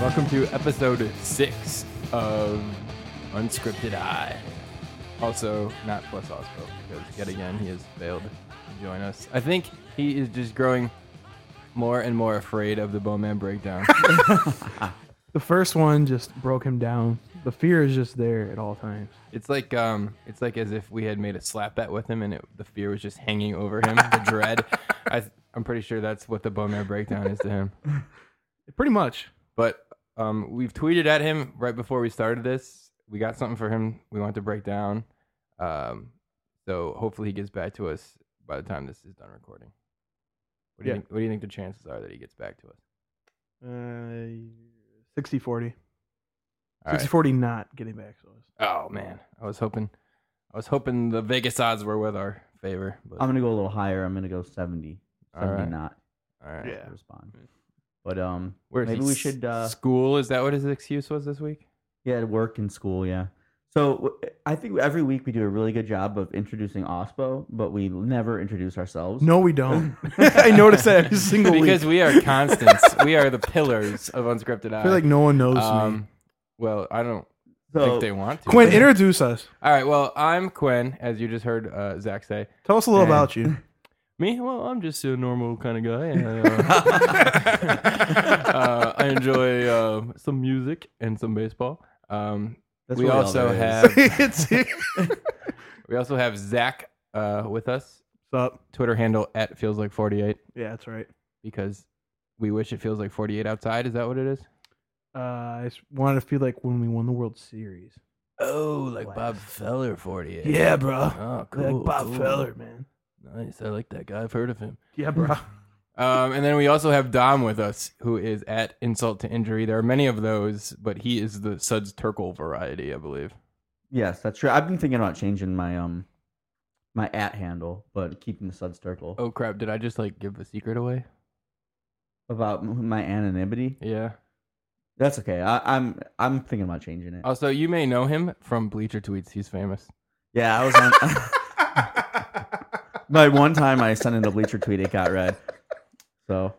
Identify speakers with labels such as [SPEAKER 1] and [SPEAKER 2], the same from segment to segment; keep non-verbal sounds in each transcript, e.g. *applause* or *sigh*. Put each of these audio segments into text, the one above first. [SPEAKER 1] Welcome to episode six of Unscripted Eye. Also, not Plus Osco, because yet again he has failed to join us. I think he is just growing more and more afraid of the Bowman breakdown.
[SPEAKER 2] The first one just broke him down. The fear is just there at all times.
[SPEAKER 1] it's like um, it's like as if we had made a slap bet with him, and it, the fear was just hanging over him, the dread. I, I'm pretty sure that's what the Bowman breakdown is to him.
[SPEAKER 2] Pretty much.
[SPEAKER 1] But um, we've tweeted at him right before we started this. We got something for him we want to break down. Um, so hopefully he gets back to us by the time this is done recording. What do you
[SPEAKER 2] Yeah.
[SPEAKER 1] think? What do you think the chances are that he gets back to us?
[SPEAKER 2] Uh, 60 40.
[SPEAKER 1] All
[SPEAKER 2] 60
[SPEAKER 1] right.
[SPEAKER 2] 40 not getting back to us.
[SPEAKER 1] Oh man, I was hoping, I was hoping the Vegas odds were with our favor. But,
[SPEAKER 3] I'm gonna go a little higher. I'm gonna go 70,
[SPEAKER 1] all
[SPEAKER 3] 70
[SPEAKER 1] right,
[SPEAKER 3] not
[SPEAKER 1] all right.
[SPEAKER 2] Yeah.
[SPEAKER 3] to respond.
[SPEAKER 1] Mm.
[SPEAKER 3] But um,
[SPEAKER 1] Where is
[SPEAKER 3] maybe
[SPEAKER 1] he?
[SPEAKER 3] we should uh,
[SPEAKER 1] School is that what his excuse was this week?
[SPEAKER 3] yeah work in school. Yeah. So w- I think every week we do a really good job of introducing OSPO, but we never introduce ourselves.
[SPEAKER 2] No, we don't. *laughs* I notice that every single
[SPEAKER 1] because
[SPEAKER 2] week.
[SPEAKER 1] we
[SPEAKER 2] *laughs*
[SPEAKER 1] are constants. we are the pillars of unscripted
[SPEAKER 2] I
[SPEAKER 1] eyes.
[SPEAKER 2] feel like no one knows me.
[SPEAKER 1] um, well, I don't
[SPEAKER 3] *laughs* So
[SPEAKER 1] think they want to.
[SPEAKER 2] Quinn, introduce us.
[SPEAKER 1] All right. Well, I'm Quinn, as you just heard uh, Zach say.
[SPEAKER 2] Tell us a little
[SPEAKER 1] And- *laughs*
[SPEAKER 2] about you.
[SPEAKER 1] Me? Well, I'm just a normal kind of guy. And,
[SPEAKER 3] *laughs*
[SPEAKER 1] *laughs* uh, uh, I enjoy uh, some music and some baseball. Um,
[SPEAKER 3] that's
[SPEAKER 1] we
[SPEAKER 3] really all
[SPEAKER 1] also
[SPEAKER 3] *laughs* there is.
[SPEAKER 1] have
[SPEAKER 2] *laughs* it's What's
[SPEAKER 1] we also have Zach uh, with us.
[SPEAKER 2] up?
[SPEAKER 1] Twitter handle at feels like 48
[SPEAKER 2] Yeah, that's right.
[SPEAKER 1] because we wish it feels like 48 outside. Is that what it is?
[SPEAKER 2] Uh, I just wanted to feel like when we won the World Series.
[SPEAKER 1] Oh, like
[SPEAKER 2] Bob
[SPEAKER 1] Feller 48.
[SPEAKER 2] bro.
[SPEAKER 1] Oh,
[SPEAKER 2] man.
[SPEAKER 1] Nice. I like that guy. I've heard of him.
[SPEAKER 2] Yeah, bro. *laughs*
[SPEAKER 1] Um, and then we also have Dom with us, who is at insult to injury. There are many of those, but he is the Suds Turkle variety, I believe.
[SPEAKER 3] Yes, that's true. I've been thinking about changing my um my at handle, but keeping the suds circle
[SPEAKER 1] Oh crap! Did I just like give the secret away?
[SPEAKER 3] about m- my anonymity.
[SPEAKER 1] Yeah.
[SPEAKER 3] That's okay. I, I'm I'm thinking about changing it.
[SPEAKER 1] Also, you may know him from Bleacher Tweets. He's famous.
[SPEAKER 3] Yeah, I was on. *laughs* But one time I sent in a bleacher tweet, it got read. So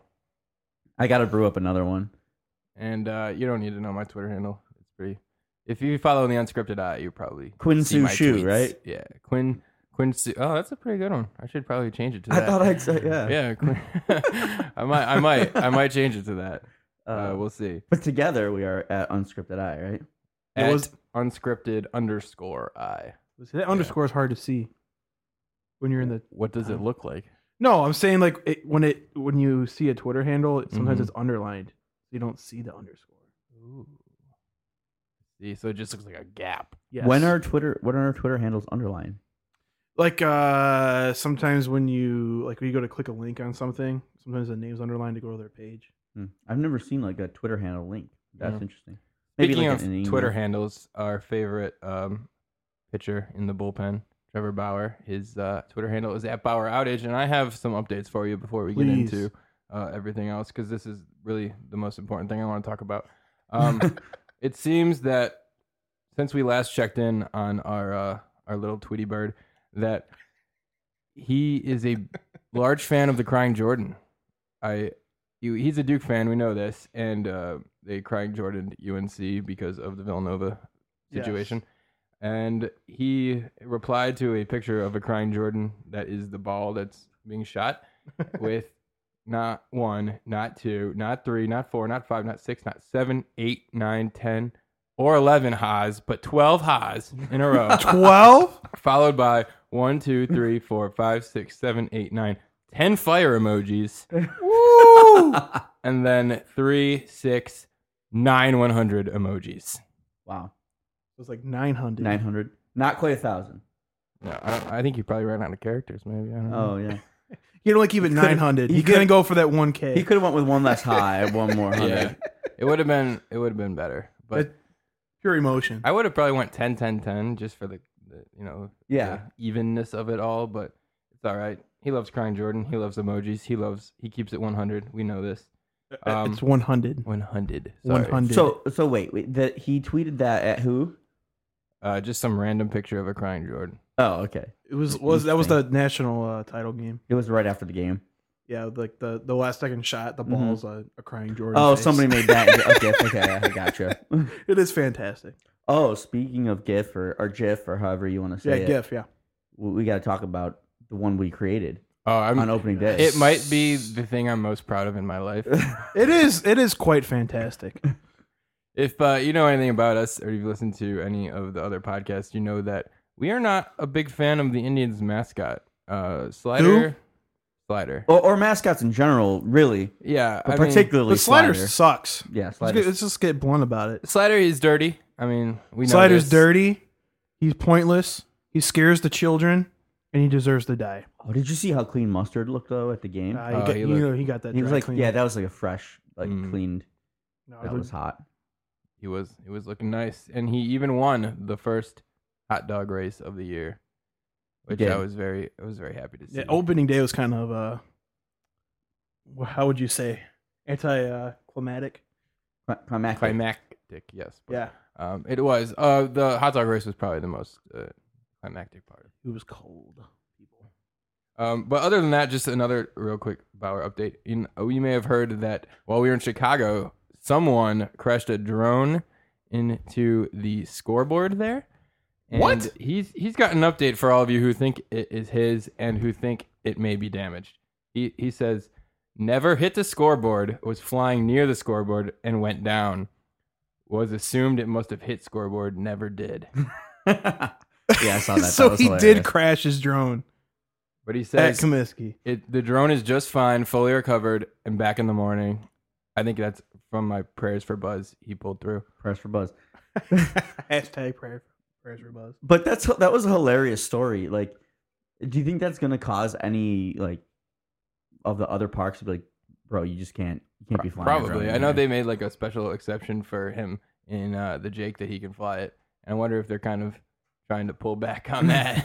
[SPEAKER 3] I got to brew up another one.
[SPEAKER 1] And uh, you don't need to know my Twitter handle. It's pretty. If you follow the unscripted eye, you probably
[SPEAKER 3] Quinn
[SPEAKER 1] see
[SPEAKER 3] Su
[SPEAKER 1] my
[SPEAKER 3] Shu,
[SPEAKER 1] tweets.
[SPEAKER 3] right?
[SPEAKER 1] Yeah, Quinn. Quinn. Su- oh, that's a pretty good one. I should probably change it to
[SPEAKER 3] *laughs* I
[SPEAKER 1] that.
[SPEAKER 3] thought I'd say, yeah.
[SPEAKER 1] yeah, Quinn. *laughs* I might. I might. I might change it to that. *laughs* Uh,
[SPEAKER 3] Uh,
[SPEAKER 1] we'll see.
[SPEAKER 3] but together we are at Unscripted Eye, right?
[SPEAKER 2] It
[SPEAKER 1] at
[SPEAKER 2] was-
[SPEAKER 1] unscripted underscore i.
[SPEAKER 2] That underscore is hard to see when you're in the
[SPEAKER 1] What does it
[SPEAKER 2] Oh.
[SPEAKER 1] look like?
[SPEAKER 2] No, I'm saying like it, when it when you see a Twitter handle, it, sometimes
[SPEAKER 1] Mhm.
[SPEAKER 3] Mm-hmm.
[SPEAKER 2] it's underlined. You don't see the underscore.
[SPEAKER 1] Ooh. See, so it just looks like a gap.
[SPEAKER 2] Yes.
[SPEAKER 3] When are Twitter when are our Twitter handles underlined?
[SPEAKER 2] like uh sometimes when you like when you go to click a link on something, sometimes the name's underlined to go to their page.
[SPEAKER 3] Hmm. I've never seen like a Twitter handle link. That's
[SPEAKER 1] Yeah.
[SPEAKER 3] interesting.
[SPEAKER 1] Speaking
[SPEAKER 3] like,
[SPEAKER 1] of
[SPEAKER 3] an email.
[SPEAKER 1] Twitter handles, our favorite um, pitcher in the bullpen, Trevor Bauer, his uh, Twitter handle is at Bauer Outage, and I have some updates for you before we get
[SPEAKER 2] Please.
[SPEAKER 1] into uh, everything else because this is really the most important thing I want to talk about. Um, it seems that since we last checked in on our uh, our little Tweety bird, that he is a large fan of the Crying Jordan. I you, he's a Duke fan. We know this, and uh, they crying Jordan UNC because of the Villanova
[SPEAKER 2] Yes.
[SPEAKER 1] situation. And he replied to a picture of a crying Jordan that is the ball that's being shot with not one, not two, not three, not four, not five, not six, not seven, eight, nine, ten, or eleven ha's, but twelve ha's in a
[SPEAKER 2] *laughs*
[SPEAKER 1] row
[SPEAKER 3] *laughs*
[SPEAKER 2] Twelve?
[SPEAKER 1] followed by one, two, three, four, five, six, seven, eight, nine, ten fire emojis, *laughs* and then three, six, nine, one hundred emojis.
[SPEAKER 3] wow,
[SPEAKER 2] it was like nine hundred.
[SPEAKER 3] nine hundred, not quite a thousand.
[SPEAKER 1] No, I, don't, I think you probably ran out of characters. Maybe I don't know.
[SPEAKER 3] Oh yeah,
[SPEAKER 2] You don't like even
[SPEAKER 3] could've-
[SPEAKER 2] nine hundred.
[SPEAKER 3] he
[SPEAKER 2] You couldn't go for that one
[SPEAKER 3] he
[SPEAKER 2] K.
[SPEAKER 3] could have went with one less high, *laughs* one more hundred.
[SPEAKER 1] yeah,
[SPEAKER 2] Oh.
[SPEAKER 1] it would have been it would have been better, but
[SPEAKER 2] It- Pure emotion.
[SPEAKER 1] I would have probably went 10, 10, 10 just for the, the you know
[SPEAKER 3] yeah.
[SPEAKER 1] the evenness of it all. But it's all right. He loves crying Jordan. He loves emojis. He loves he keeps it one hundred. We know this. Um,
[SPEAKER 2] *laughs* it's one hundred.
[SPEAKER 1] one hundred.
[SPEAKER 2] One hundred.
[SPEAKER 3] So so wait, wait that he tweeted that at who?
[SPEAKER 1] Uh, just some random picture of a crying Jordan.
[SPEAKER 3] Oh okay,
[SPEAKER 2] it was was that was the national uh, title game.
[SPEAKER 3] it was right after the game.
[SPEAKER 2] Yeah, like the the last second shot, the
[SPEAKER 3] Mhm.
[SPEAKER 2] ball's a, a crying Jordan.
[SPEAKER 3] Oh,
[SPEAKER 2] face.
[SPEAKER 3] somebody made that. *laughs* into a GIF. Okay, I gotcha.
[SPEAKER 2] *laughs*
[SPEAKER 3] *laughs*
[SPEAKER 2] It is fantastic.
[SPEAKER 3] Oh, speaking of GIF or, or GIF or however you want to
[SPEAKER 2] Yeah,
[SPEAKER 3] say it,
[SPEAKER 2] GIF. Yeah,
[SPEAKER 3] we, we got to talk about the one we created
[SPEAKER 1] Oh,
[SPEAKER 3] on
[SPEAKER 1] I'm.
[SPEAKER 3] opening day.
[SPEAKER 1] It might be the thing I'm most proud of in my
[SPEAKER 2] *laughs*
[SPEAKER 1] life.
[SPEAKER 2] it is. It is quite
[SPEAKER 3] *laughs*
[SPEAKER 2] fantastic.
[SPEAKER 1] If uh, you know anything about us or you've listened to any of the other podcasts, you know that we are not a big fan of the Indians mascot. Uh, slider. Slider.
[SPEAKER 3] or, or mascots in general, really,
[SPEAKER 1] Yeah.
[SPEAKER 3] but
[SPEAKER 1] I mean,
[SPEAKER 3] particularly
[SPEAKER 2] The slider,
[SPEAKER 3] slider.
[SPEAKER 2] sucks.
[SPEAKER 3] Yeah,
[SPEAKER 2] Let's,
[SPEAKER 3] slider.
[SPEAKER 2] get, let's just get blunt about it.
[SPEAKER 1] slider is dirty. I mean, we know
[SPEAKER 2] Slider's
[SPEAKER 1] this.
[SPEAKER 2] dirty. He's pointless. He scares the children, and he deserves to die.
[SPEAKER 3] Oh, did you see how clean mustard looked though at the game?
[SPEAKER 2] Uh, he
[SPEAKER 1] Oh,
[SPEAKER 2] got,
[SPEAKER 1] he
[SPEAKER 2] you
[SPEAKER 1] looked-
[SPEAKER 2] know, he got that.
[SPEAKER 3] he was
[SPEAKER 2] dry
[SPEAKER 3] like,
[SPEAKER 2] clean.
[SPEAKER 3] yeah, that was like a fresh, like
[SPEAKER 1] Mm.
[SPEAKER 3] cleaned.
[SPEAKER 2] No,
[SPEAKER 3] That
[SPEAKER 2] the-
[SPEAKER 3] was hot.
[SPEAKER 1] He was he was looking nice, and he even won the first hot dog race of the year, which
[SPEAKER 3] Yeah.
[SPEAKER 1] I was very I was very happy to see.
[SPEAKER 2] yeah, opening day was kind of uh, wh- how would you say, anti uh, climatic?
[SPEAKER 3] Cli- Climactic.
[SPEAKER 1] climactic, yes. but,
[SPEAKER 2] Yeah,
[SPEAKER 1] um, it was. Uh, the hot dog race was probably the most uh, climactic part.
[SPEAKER 2] it was cold. People.
[SPEAKER 1] Um, but other than that, just another real quick Bauer update. You, know, you may have heard that while we were in Chicago, someone crashed a drone into the scoreboard there. And
[SPEAKER 2] What?
[SPEAKER 1] He's he's got an update for all of you who think it is his and who think it may be damaged. He he says never hit the scoreboard, was flying near the scoreboard and went down. Was assumed it must have hit scoreboard, never did.
[SPEAKER 3] *laughs* yeah, I saw Oh, that.
[SPEAKER 2] *laughs* *laughs* so
[SPEAKER 3] that was
[SPEAKER 2] he
[SPEAKER 3] hilarious.
[SPEAKER 2] did crash his drone
[SPEAKER 1] But he
[SPEAKER 2] at
[SPEAKER 1] says
[SPEAKER 3] *laughs*
[SPEAKER 2] Comiskey.
[SPEAKER 1] It the drone is just fine, fully recovered, and back in the morning. I think that's from my prayers for Buzz. He pulled through.
[SPEAKER 3] Press for buzz.
[SPEAKER 2] Hashtag prayer, prayers for Buzz.
[SPEAKER 3] But that's that was a hilarious story. Like, do you think that's gonna cause any like of the other parks to be like, bro, you just can't you can't be flying. a drone
[SPEAKER 1] Probably. I
[SPEAKER 3] in
[SPEAKER 1] know
[SPEAKER 3] here."
[SPEAKER 1] they made like a special exception for him in uh, the Jake that he can fly it. And I wonder if they're kind of trying to pull back on
[SPEAKER 3] *laughs*
[SPEAKER 1] that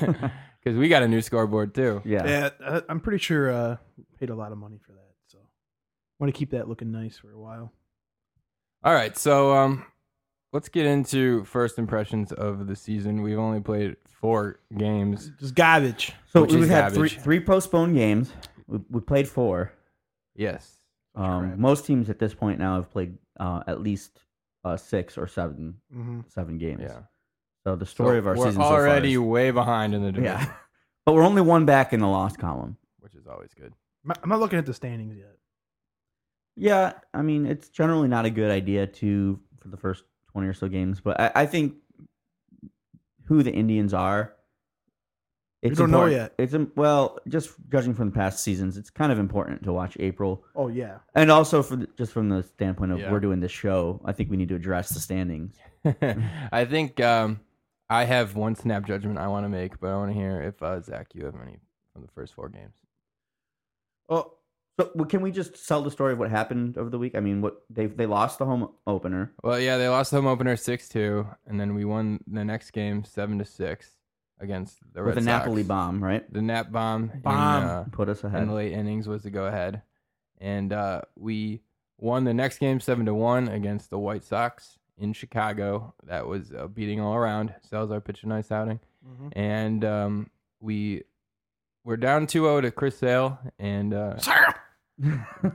[SPEAKER 1] *laughs* because we got a new scoreboard too.
[SPEAKER 3] Yeah.
[SPEAKER 2] Yeah, I, I'm pretty sure uh, paid a lot of money for that. So want to keep that looking nice for a while.
[SPEAKER 1] All right, so um, let's get into first impressions of the season. We've only played four games.
[SPEAKER 2] Just garbage.
[SPEAKER 3] So
[SPEAKER 1] Which
[SPEAKER 3] we
[SPEAKER 1] is
[SPEAKER 3] had three
[SPEAKER 1] garbage.
[SPEAKER 3] three postponed games. We, we played four.
[SPEAKER 1] Yes,
[SPEAKER 3] Um,
[SPEAKER 2] Crap.
[SPEAKER 3] most teams at this point now have played uh, at least uh, six or seven
[SPEAKER 2] Mm-hmm.
[SPEAKER 3] seven games.
[SPEAKER 1] yeah.
[SPEAKER 3] So the story
[SPEAKER 1] So
[SPEAKER 3] of our
[SPEAKER 1] we're
[SPEAKER 3] season so far
[SPEAKER 1] already *laughs*
[SPEAKER 3] is-
[SPEAKER 1] way behind in the division,
[SPEAKER 3] yeah, but we're only one back in the loss column.
[SPEAKER 1] which is always good.
[SPEAKER 2] I'm not looking at the standings yet.
[SPEAKER 3] Yeah, I mean it's generally not a good idea to for the first twenty or so games, but I, I think who the Indians are. It's
[SPEAKER 2] don't know
[SPEAKER 3] important-
[SPEAKER 2] yet.
[SPEAKER 3] It's im- well, just judging from the past seasons, it's kind of important to watch April,
[SPEAKER 2] Oh yeah,
[SPEAKER 3] and also for the, just from the standpoint of
[SPEAKER 1] Yeah.
[SPEAKER 3] we're doing this show. I think we need to address the standings.
[SPEAKER 1] *laughs* I think um, I have one snap judgment I want to make, but I want to hear if uh, Zach, you have any from the first four games.
[SPEAKER 3] Oh, so well, can we just tell the story of what happened over the week? I mean, what they they lost the home opener.
[SPEAKER 1] Well, yeah, they lost the home opener six two, and then we won the next game seven to six against the Red
[SPEAKER 3] with a
[SPEAKER 1] Sox.
[SPEAKER 3] Napoli bomb, right?
[SPEAKER 1] The nap bomb,
[SPEAKER 2] Bomb.
[SPEAKER 1] In, uh,
[SPEAKER 3] Put us
[SPEAKER 1] in
[SPEAKER 3] ahead.
[SPEAKER 1] the late innings was the go ahead, and uh, we won the next game seven to one against the White Sox in Chicago. That was a beating all around. Salazar pitched a nice outing.
[SPEAKER 2] Mm-hmm.
[SPEAKER 1] and um, we we're down 2-0 to Chris Sale, and uh,
[SPEAKER 3] *laughs*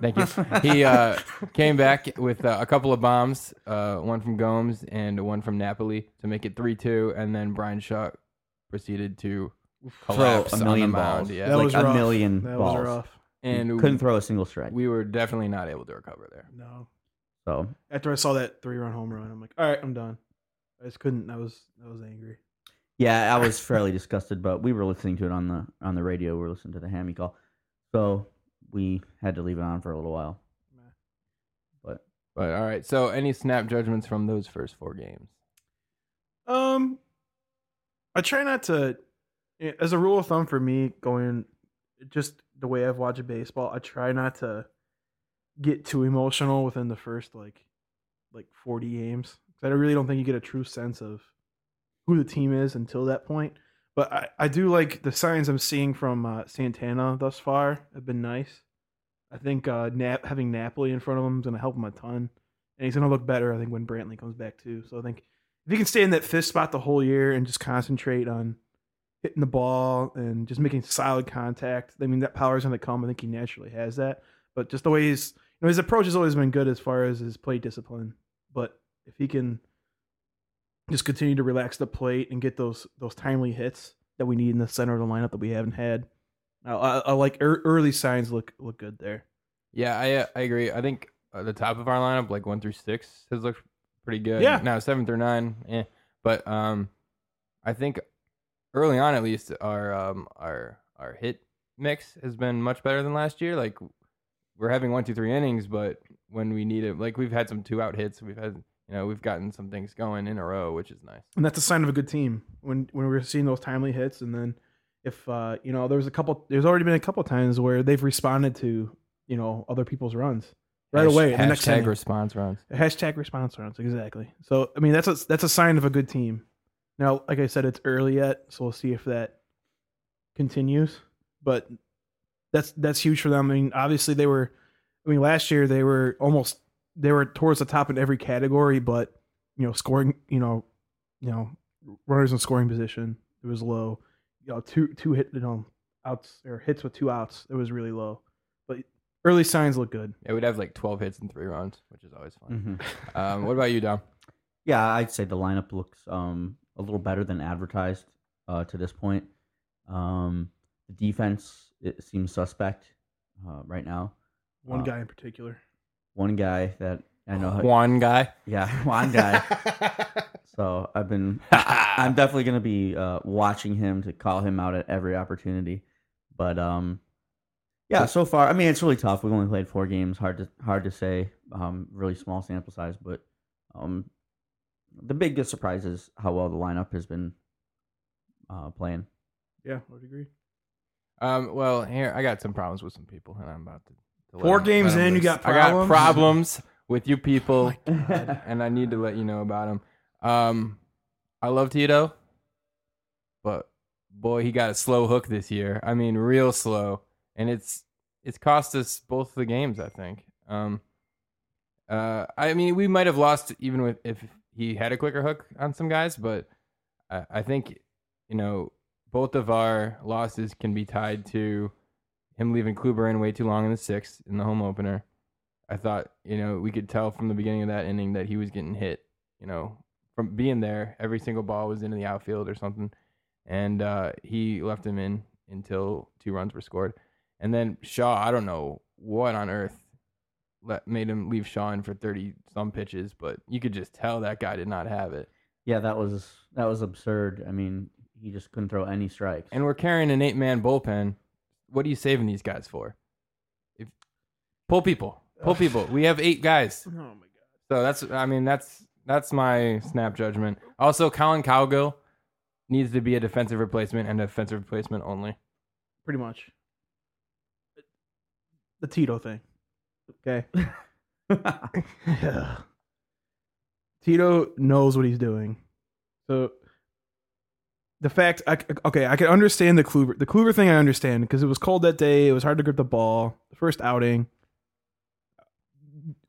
[SPEAKER 1] Thank you. He, uh, came back with uh, a couple of bombs, uh, one from Gomes and one from Napoli to make it three two, and then Brian Shaw proceeded to
[SPEAKER 3] throw
[SPEAKER 1] collapse
[SPEAKER 3] a
[SPEAKER 1] on the
[SPEAKER 3] million
[SPEAKER 1] mound.
[SPEAKER 3] balls.
[SPEAKER 1] Yeah,
[SPEAKER 2] That
[SPEAKER 3] like
[SPEAKER 2] was
[SPEAKER 3] a
[SPEAKER 2] rough.
[SPEAKER 3] million
[SPEAKER 2] that
[SPEAKER 3] balls.
[SPEAKER 2] was rough.
[SPEAKER 1] and
[SPEAKER 3] couldn't throw a single strike.
[SPEAKER 1] we were definitely not able to recover there.
[SPEAKER 2] No,
[SPEAKER 3] so
[SPEAKER 2] after I saw that three-run home run, I'm like, all right, I'm done. I just couldn't. I was I was angry.
[SPEAKER 3] yeah, I was fairly disgusted, but we were listening to it on the on the radio. We were listening to the Hammy call, so we had to leave it on for a little while.
[SPEAKER 1] But all right, so any snap judgments from those first four games?
[SPEAKER 2] Um, I try not to. eh, As a rule of thumb for me, going just the way I've watched baseball, I try not to get too emotional within the first like like forty games. 'Cause I really don't think you get a true sense of who the team is until that point. But I, I do like the signs I'm seeing from uh, Santana thus far have been nice. I think uh, Nap having Napoli in front of him is going to help him a ton, and he's going to look better I think when Brantley comes back too. So I think if you can stay in that fifth spot the whole year and just concentrate on hitting the ball and just making solid contact. I mean, that power's going to come. I think he naturally has that. But just the way he's, you know, his approach has always been good as far as his play discipline. But if he can just continue to relax the plate and get those those timely hits that we need in the center of the lineup that we haven't had, I, I, I like ear early signs look look good there.
[SPEAKER 1] Yeah, I uh, I agree. I think uh, the top of our lineup, like one through six, has looked pretty good.
[SPEAKER 2] Yeah.
[SPEAKER 1] Now seven through nine, eh. But um, I think early on at least, our um our our hit mix has been much better than last year. Like we're having one two three innings, but when we need it, like we've had some two out hits. We've had you know we've gotten some things going in a row, which is nice.
[SPEAKER 2] and that's a sign of a good team when when we're seeing those timely hits and then if uh you know there was a couple there's already been a couple times where they've responded to you know other people's runs right
[SPEAKER 1] Hash-
[SPEAKER 2] away in the next
[SPEAKER 1] Hashtag
[SPEAKER 2] inning.
[SPEAKER 1] response runs.
[SPEAKER 2] hashtag response runs exactly so i mean that's a that's a sign of a good team now like i said it's early yet so we'll see if that continues but that's that's huge for them i mean obviously they were i mean last year they were almost they were towards the top in every category but you know scoring you know you know runners in scoring position it was low you know two two hit you know outs or hits with two outs it was really low but early signs look good
[SPEAKER 1] Yeah, we'd have like twelve hits and three runs, which is always fun.
[SPEAKER 2] Mm.
[SPEAKER 3] Mhm.
[SPEAKER 1] Um, what about you, Dom?
[SPEAKER 3] Yeah, I'd say the lineup looks um, a little better than advertised uh, to this point. Um, the defense it seems suspect uh, right now.
[SPEAKER 2] one
[SPEAKER 3] Uh,
[SPEAKER 2] guy in particular
[SPEAKER 3] One guy that I know,
[SPEAKER 1] One guy.
[SPEAKER 3] yeah, *laughs* one guy. so I've been, I, I'm definitely going to be uh, watching him to call him out at every opportunity. But um, yeah, so far, I mean, it's really tough. We've only played four games. Hard to hard to say. Um, really small sample size, but um, the biggest surprise is how well the lineup has been uh, playing.
[SPEAKER 2] Yeah, I would agree.
[SPEAKER 1] Um, well, here I got some problems with some people, and I'm about to. to let
[SPEAKER 2] Four
[SPEAKER 1] them-
[SPEAKER 2] games
[SPEAKER 1] let them
[SPEAKER 2] in, you
[SPEAKER 1] loose.
[SPEAKER 2] got
[SPEAKER 1] I got
[SPEAKER 2] problems?
[SPEAKER 1] problems with you people,
[SPEAKER 3] God.
[SPEAKER 1] and I need to let you know about them. Um, I love Tito, but boy, he got a slow hook this year. I mean, real slow, and it's it's cost us both the games. I think. Um, uh, I mean, we might have lost even with if he had a quicker hook on some guys, but I, I think you know both of our losses can be tied to him leaving Kluber in way too long in the sixth in the home opener. I thought, you know, we could tell from the beginning of that inning that he was getting hit, you know, from being there, every single ball was into the outfield or something. And uh, he left him in until two runs were scored. And then Shaw, I don't know what on earth let, made him leave Shaw in for 30 some pitches, but you could just tell that guy did not have it.
[SPEAKER 3] Yeah, that was that was absurd. I mean, he just couldn't throw any strikes.
[SPEAKER 1] and we're carrying an eight man bullpen. What are you saving these guys for? If pull people, pull people. We have eight guys,
[SPEAKER 2] *laughs* Oh my god.
[SPEAKER 1] so that's. I mean, that's that's my snap judgment. Also, Colin Cowgill needs to be a defensive replacement and a defensive replacement only.
[SPEAKER 2] Pretty much. The Tito thing. *laughs* Okay. yeah. Tito knows what he's doing. So the fact I c- okay, I can understand the Kluber the Kluber thing I understand because it was cold that day, it was hard to grip the ball. The first outing.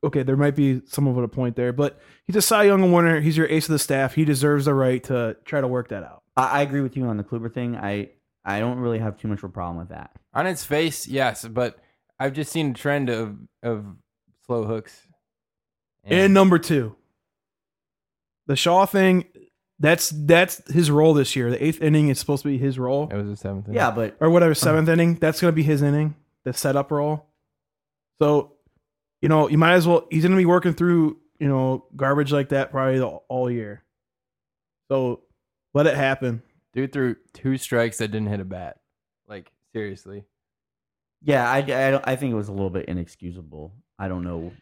[SPEAKER 2] Okay, there might be some of a point there, but he's a Cy Young winner. He's your ace of the staff. He deserves the right to try to work that out.
[SPEAKER 3] I, I agree with you on the Kluber thing. I I don't really have too much of a problem with that.
[SPEAKER 1] On its face, yes, but I've just seen a trend of of slow hooks.
[SPEAKER 2] And number two, the Shaw thing. That's that's his role this year. The eighth inning is supposed to be his role,
[SPEAKER 1] it was the seventh. inning.
[SPEAKER 3] Yeah, but
[SPEAKER 2] or whatever seventh inning. That's going to be his inning, the setup role. So, you know, you might as well. He's going to be working through you know garbage like that probably the, all year. So let it happen.
[SPEAKER 1] dude threw two strikes that didn't hit a bat. Like seriously, *laughs*
[SPEAKER 3] yeah, I, I, don't- I think it was a little bit inexcusable. I don't know.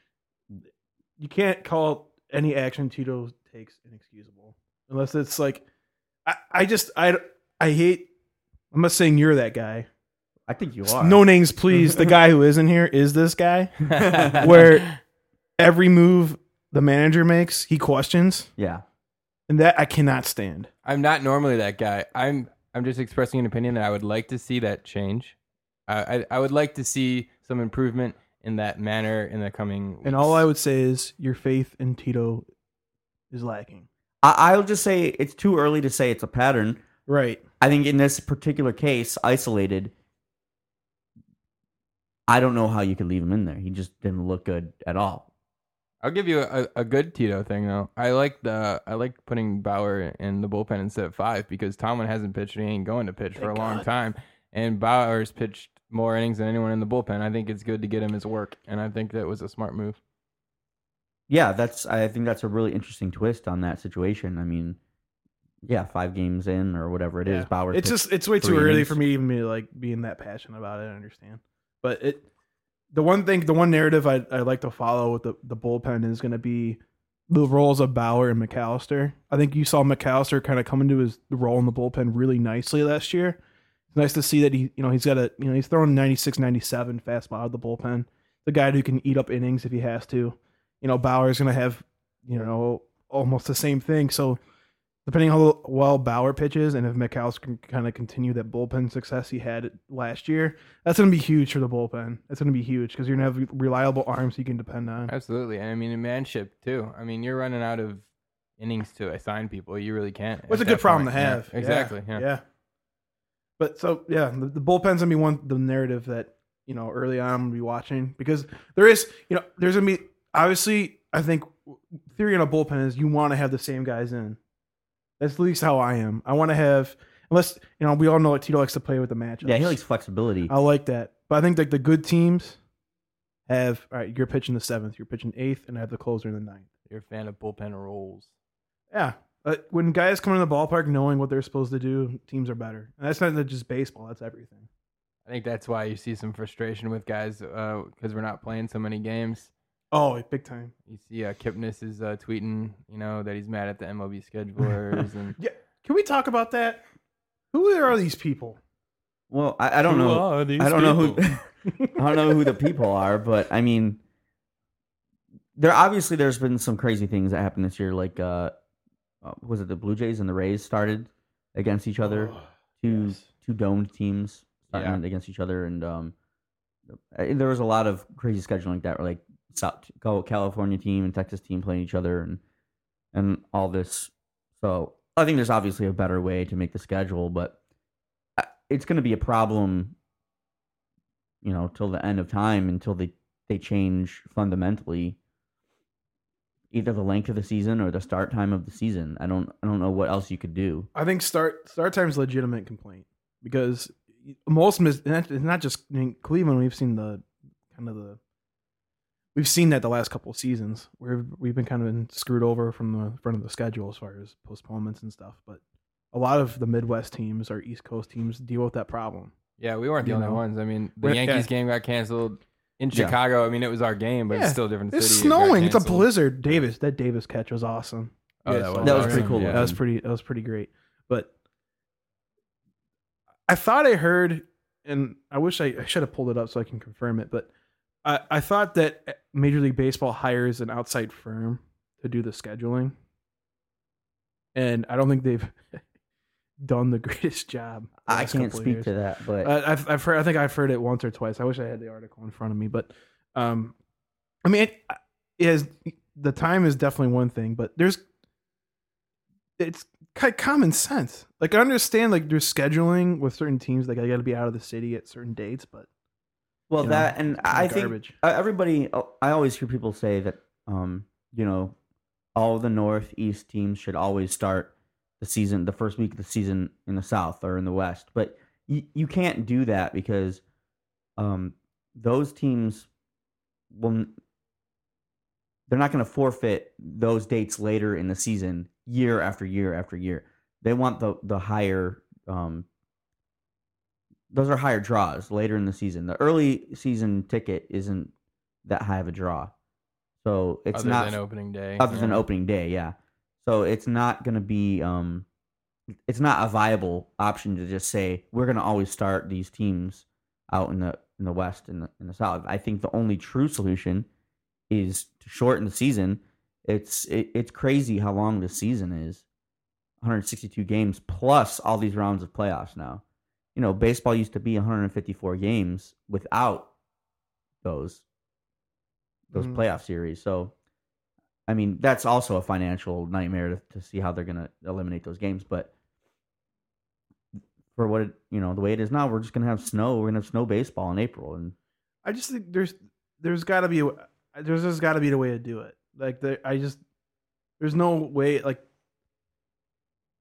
[SPEAKER 2] you can't call any action Tito takes inexcusable unless it's like I, I just I I hate. I'm not saying you're that guy.
[SPEAKER 3] I think you are.
[SPEAKER 2] No names, please. the guy who isn't here is this guy. *laughs* Where- Every move the manager makes, he questions,
[SPEAKER 3] Yeah.
[SPEAKER 2] and that I cannot stand.
[SPEAKER 1] I'm not normally that guy. I'm I'm just expressing an opinion that I would like to see that change. I I, I would like to see some improvement in that manner in the coming. Weeks.
[SPEAKER 2] And all I would say is your faith in Tito is lacking.
[SPEAKER 3] I, I'll just say it's too early to say it's a pattern.
[SPEAKER 2] Right.
[SPEAKER 3] I think in this particular case, isolated, I don't know how you could leave him in there. He just didn't look good at all.
[SPEAKER 1] I'll give you a, a good Tito thing though. I like the I like putting Bauer in the bullpen instead of five because Tomlin hasn't pitched and he ain't going to pitch for a
[SPEAKER 3] Thank
[SPEAKER 1] long
[SPEAKER 3] God.
[SPEAKER 1] time. And Bauer's pitched more innings than anyone in the bullpen. I think it's good to get him his work, and I think that was a smart move.
[SPEAKER 3] Yeah, that's I think that's a really interesting twist on that situation. I mean, yeah, five games in or whatever it is,
[SPEAKER 2] Yeah.
[SPEAKER 3] Bauer.
[SPEAKER 2] It's
[SPEAKER 3] pitched-
[SPEAKER 2] just it's way too
[SPEAKER 3] three
[SPEAKER 2] early
[SPEAKER 3] innings.
[SPEAKER 2] for me to even be like being that passionate about it. I understand, but it the one thing the one narrative I I like to follow with the the bullpen is going to be the roles of Bauer and McAllister. I think you saw McAllister kind of come into his role in the bullpen really nicely last year. It's nice to see that he you know he's got a you know he's throwing 96 97 fastball out of the bullpen. The guy who can eat up innings if he has to. You know Bauer's going to have you know almost the same thing. So depending on how well Bauer pitches and if McAllister can kind of continue that bullpen success he had last year, that's going to be huge for the bullpen. That's going to be huge because you're going to have reliable arms you can depend on.
[SPEAKER 1] Absolutely, and I mean in manship too. I mean you're running out of innings to assign people. You really can't.
[SPEAKER 2] What's a
[SPEAKER 1] at
[SPEAKER 2] good
[SPEAKER 1] that
[SPEAKER 2] problem
[SPEAKER 1] point.
[SPEAKER 2] to
[SPEAKER 1] Yeah,
[SPEAKER 2] have? Yeah,
[SPEAKER 1] exactly.
[SPEAKER 2] Yeah.
[SPEAKER 1] yeah.
[SPEAKER 2] But so yeah, the, the bullpen's gonna be one the narrative that you know early on I'm gonna be watching because there is you know there's gonna be obviously I think theory on a bullpen is you want to have the same guys in. That's at least how I am. I want to have unless you know we all know like Tito likes to play with the matchup.
[SPEAKER 3] yeah, he likes flexibility.
[SPEAKER 2] I like that. But I think like the good teams have all right, you're pitching the seventh, you're pitching eighth, and I have the closer in the ninth.
[SPEAKER 1] You're a fan of bullpen rules.
[SPEAKER 2] Yeah. Uh, when guys come in the ballpark knowing what they're supposed to do, teams are better. And that's not just baseball, that's everything.
[SPEAKER 1] I think that's why you see some frustration with guys because we're not playing so many games.
[SPEAKER 2] Oh, big time.
[SPEAKER 1] You see, uh, Kipnis is uh, tweeting, you know, that he's mad at the MLB
[SPEAKER 3] *laughs*
[SPEAKER 1] schedulers, and
[SPEAKER 2] Can we talk about that? Who are these people?
[SPEAKER 3] well, I, I don't know.
[SPEAKER 2] uh,
[SPEAKER 3] I don't know who I don't know who the people are, but I mean, there obviously there's been some crazy things that happened this year. Like, uh, uh, was it the Blue Jays and the Rays started against each other? Two
[SPEAKER 2] yes.
[SPEAKER 3] two domed teams starting
[SPEAKER 1] Yeah.
[SPEAKER 3] against each other, and um, I- there was a lot of crazy scheduling like that, where like South Cal- California team and Texas team playing each other, and and all this. So I think there's obviously a better way to make the schedule, but I- it's going to be a problem, you know, till the end of time until they they change fundamentally either the length of the season or the start time of the season. I don't I don't know what else you could do.
[SPEAKER 2] *laughs* I think start start time's a legitimate complaint because most mis- and that- it's not just I mean, Cleveland. We've seen the kind of the we've seen that the last couple of seasons where we've been kind of been screwed over from the front of the schedule as far as postponements and stuff. But a lot of the Midwest teams or East Coast teams deal with that problem.
[SPEAKER 1] yeah, we weren't the
[SPEAKER 2] You
[SPEAKER 1] only
[SPEAKER 2] know.
[SPEAKER 1] ones. I mean, the
[SPEAKER 2] We're-
[SPEAKER 1] Yankees
[SPEAKER 2] yeah.
[SPEAKER 1] game got canceled in
[SPEAKER 3] Yeah.
[SPEAKER 1] Chicago. I mean, it was our game, but
[SPEAKER 2] Yeah.
[SPEAKER 1] it's still a different
[SPEAKER 2] It's
[SPEAKER 1] city. It got
[SPEAKER 2] snowing. It's a
[SPEAKER 1] canceled.
[SPEAKER 2] blizzard. Davis, that Davis catch was awesome.
[SPEAKER 1] Oh,
[SPEAKER 2] Yeah,
[SPEAKER 1] that,
[SPEAKER 2] so-
[SPEAKER 1] was
[SPEAKER 3] That was
[SPEAKER 1] awesome.
[SPEAKER 3] pretty cool.
[SPEAKER 1] Yeah.
[SPEAKER 2] That was pretty. That was pretty great. But I thought I heard, and I wish I, I should have pulled it up so I can confirm it. But I, I thought that Major League Baseball hires an outside firm to do the scheduling, and I don't think they've *laughs* done the greatest job. the
[SPEAKER 3] I
[SPEAKER 2] last
[SPEAKER 3] can't
[SPEAKER 2] couple of
[SPEAKER 3] speak
[SPEAKER 2] years.
[SPEAKER 3] to that, but
[SPEAKER 2] Uh, I've, I've heard. I think I've heard it once or twice. I wish I had the article in front of me, but um, I mean, it, it is the time is definitely one thing, but there's it's kind common sense. Like I understand, like there's scheduling with certain teams, like I got to be out of the city at certain dates, but
[SPEAKER 3] well
[SPEAKER 2] you know,
[SPEAKER 3] that and
[SPEAKER 2] it's
[SPEAKER 3] I think
[SPEAKER 2] garbage.
[SPEAKER 3] uh, everybody i always hear people say that um you know all the northeast teams should always start the season the first week of the season in the south or in the west but you, you can't do that because um those teams will n- they're not going to forfeit those dates later in the season year after year after year they want the the higher um those are higher draws later in the season. The early season ticket isn't that high of a draw. So it's
[SPEAKER 1] other
[SPEAKER 3] not
[SPEAKER 1] than opening day.
[SPEAKER 3] other
[SPEAKER 1] yeah.
[SPEAKER 3] than opening day, yeah. So it's not going to be um it's not a viable option to just say we're going to always start these teams out in the in the west and the, in the south. I think the only true solution is to shorten the season. It's it, it's crazy how long this season is. 162 games plus all these rounds of playoffs now. You know, baseball used to be 154 games without those those
[SPEAKER 2] Mhm.
[SPEAKER 3] playoff series. So I mean, that's also a financial nightmare to, to see how they're going to eliminate those games, but for what it you know the way it is now. We're just gonna have snow. We're gonna have snow baseball in April, and
[SPEAKER 2] I just think there's there's got to be a, there's just got to be the way to do it. Like the, I just there's no way like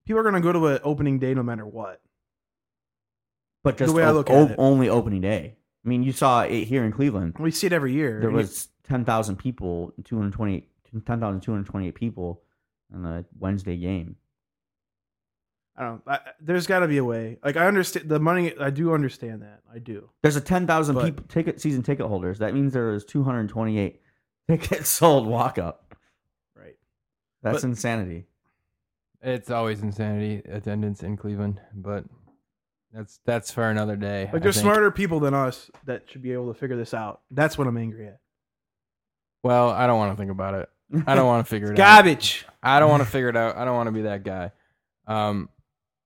[SPEAKER 2] people are gonna go to an opening day no matter what.
[SPEAKER 3] but
[SPEAKER 2] The
[SPEAKER 3] just
[SPEAKER 2] way I
[SPEAKER 3] o-
[SPEAKER 2] look at
[SPEAKER 3] o-
[SPEAKER 2] it.
[SPEAKER 3] only opening day. I mean, you saw it here in Cleveland.
[SPEAKER 2] We see it every year.
[SPEAKER 3] There
[SPEAKER 2] and you-
[SPEAKER 3] was 10,000 people, 228 10,228 people in the Wednesday game.
[SPEAKER 2] I don't. I, there's got to be a way. Like I understand the money. I do understand that. I do.
[SPEAKER 3] There's a 10,000
[SPEAKER 2] But-
[SPEAKER 3] people ticket season ticket holders. That means there was 228 tickets *laughs* sold walk up.
[SPEAKER 2] Right.
[SPEAKER 3] That's
[SPEAKER 2] But-
[SPEAKER 3] insanity.
[SPEAKER 1] It's always insanity attendance in Cleveland, but that's that's for another day. I
[SPEAKER 2] Like there's
[SPEAKER 1] think.
[SPEAKER 2] smarter people than us that should be able to figure this out. That's what I'm angry at.
[SPEAKER 1] Well, I don't want to think about it. I don't want to figure it out.
[SPEAKER 2] Garbage.
[SPEAKER 1] I don't
[SPEAKER 3] *laughs*
[SPEAKER 1] want to figure it out. I don't want to be that guy. Um,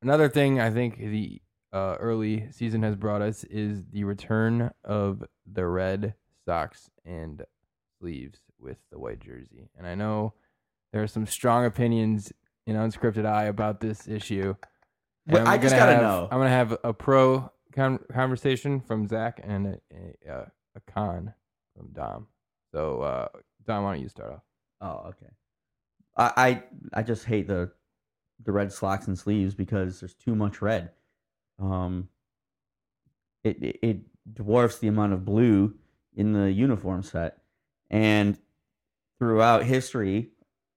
[SPEAKER 1] another thing I think the uh, early season has brought us is the return of the red socks and sleeves with the white jersey. And I know there are some strong opinions in Unscripted Eye about this issue. And
[SPEAKER 3] But
[SPEAKER 1] I'm
[SPEAKER 3] I just
[SPEAKER 1] gonna
[SPEAKER 3] gotta
[SPEAKER 1] have-
[SPEAKER 3] know.
[SPEAKER 1] I'm gonna have a pro con- conversation from Zach and a, a, a con from Dom. So uh, Dom, why don't you start off?
[SPEAKER 3] Oh, okay. I, I I just hate the the red slacks and sleeves because there's too much red. Um, it it- it dwarfs the amount of blue in the uniform set, and throughout history,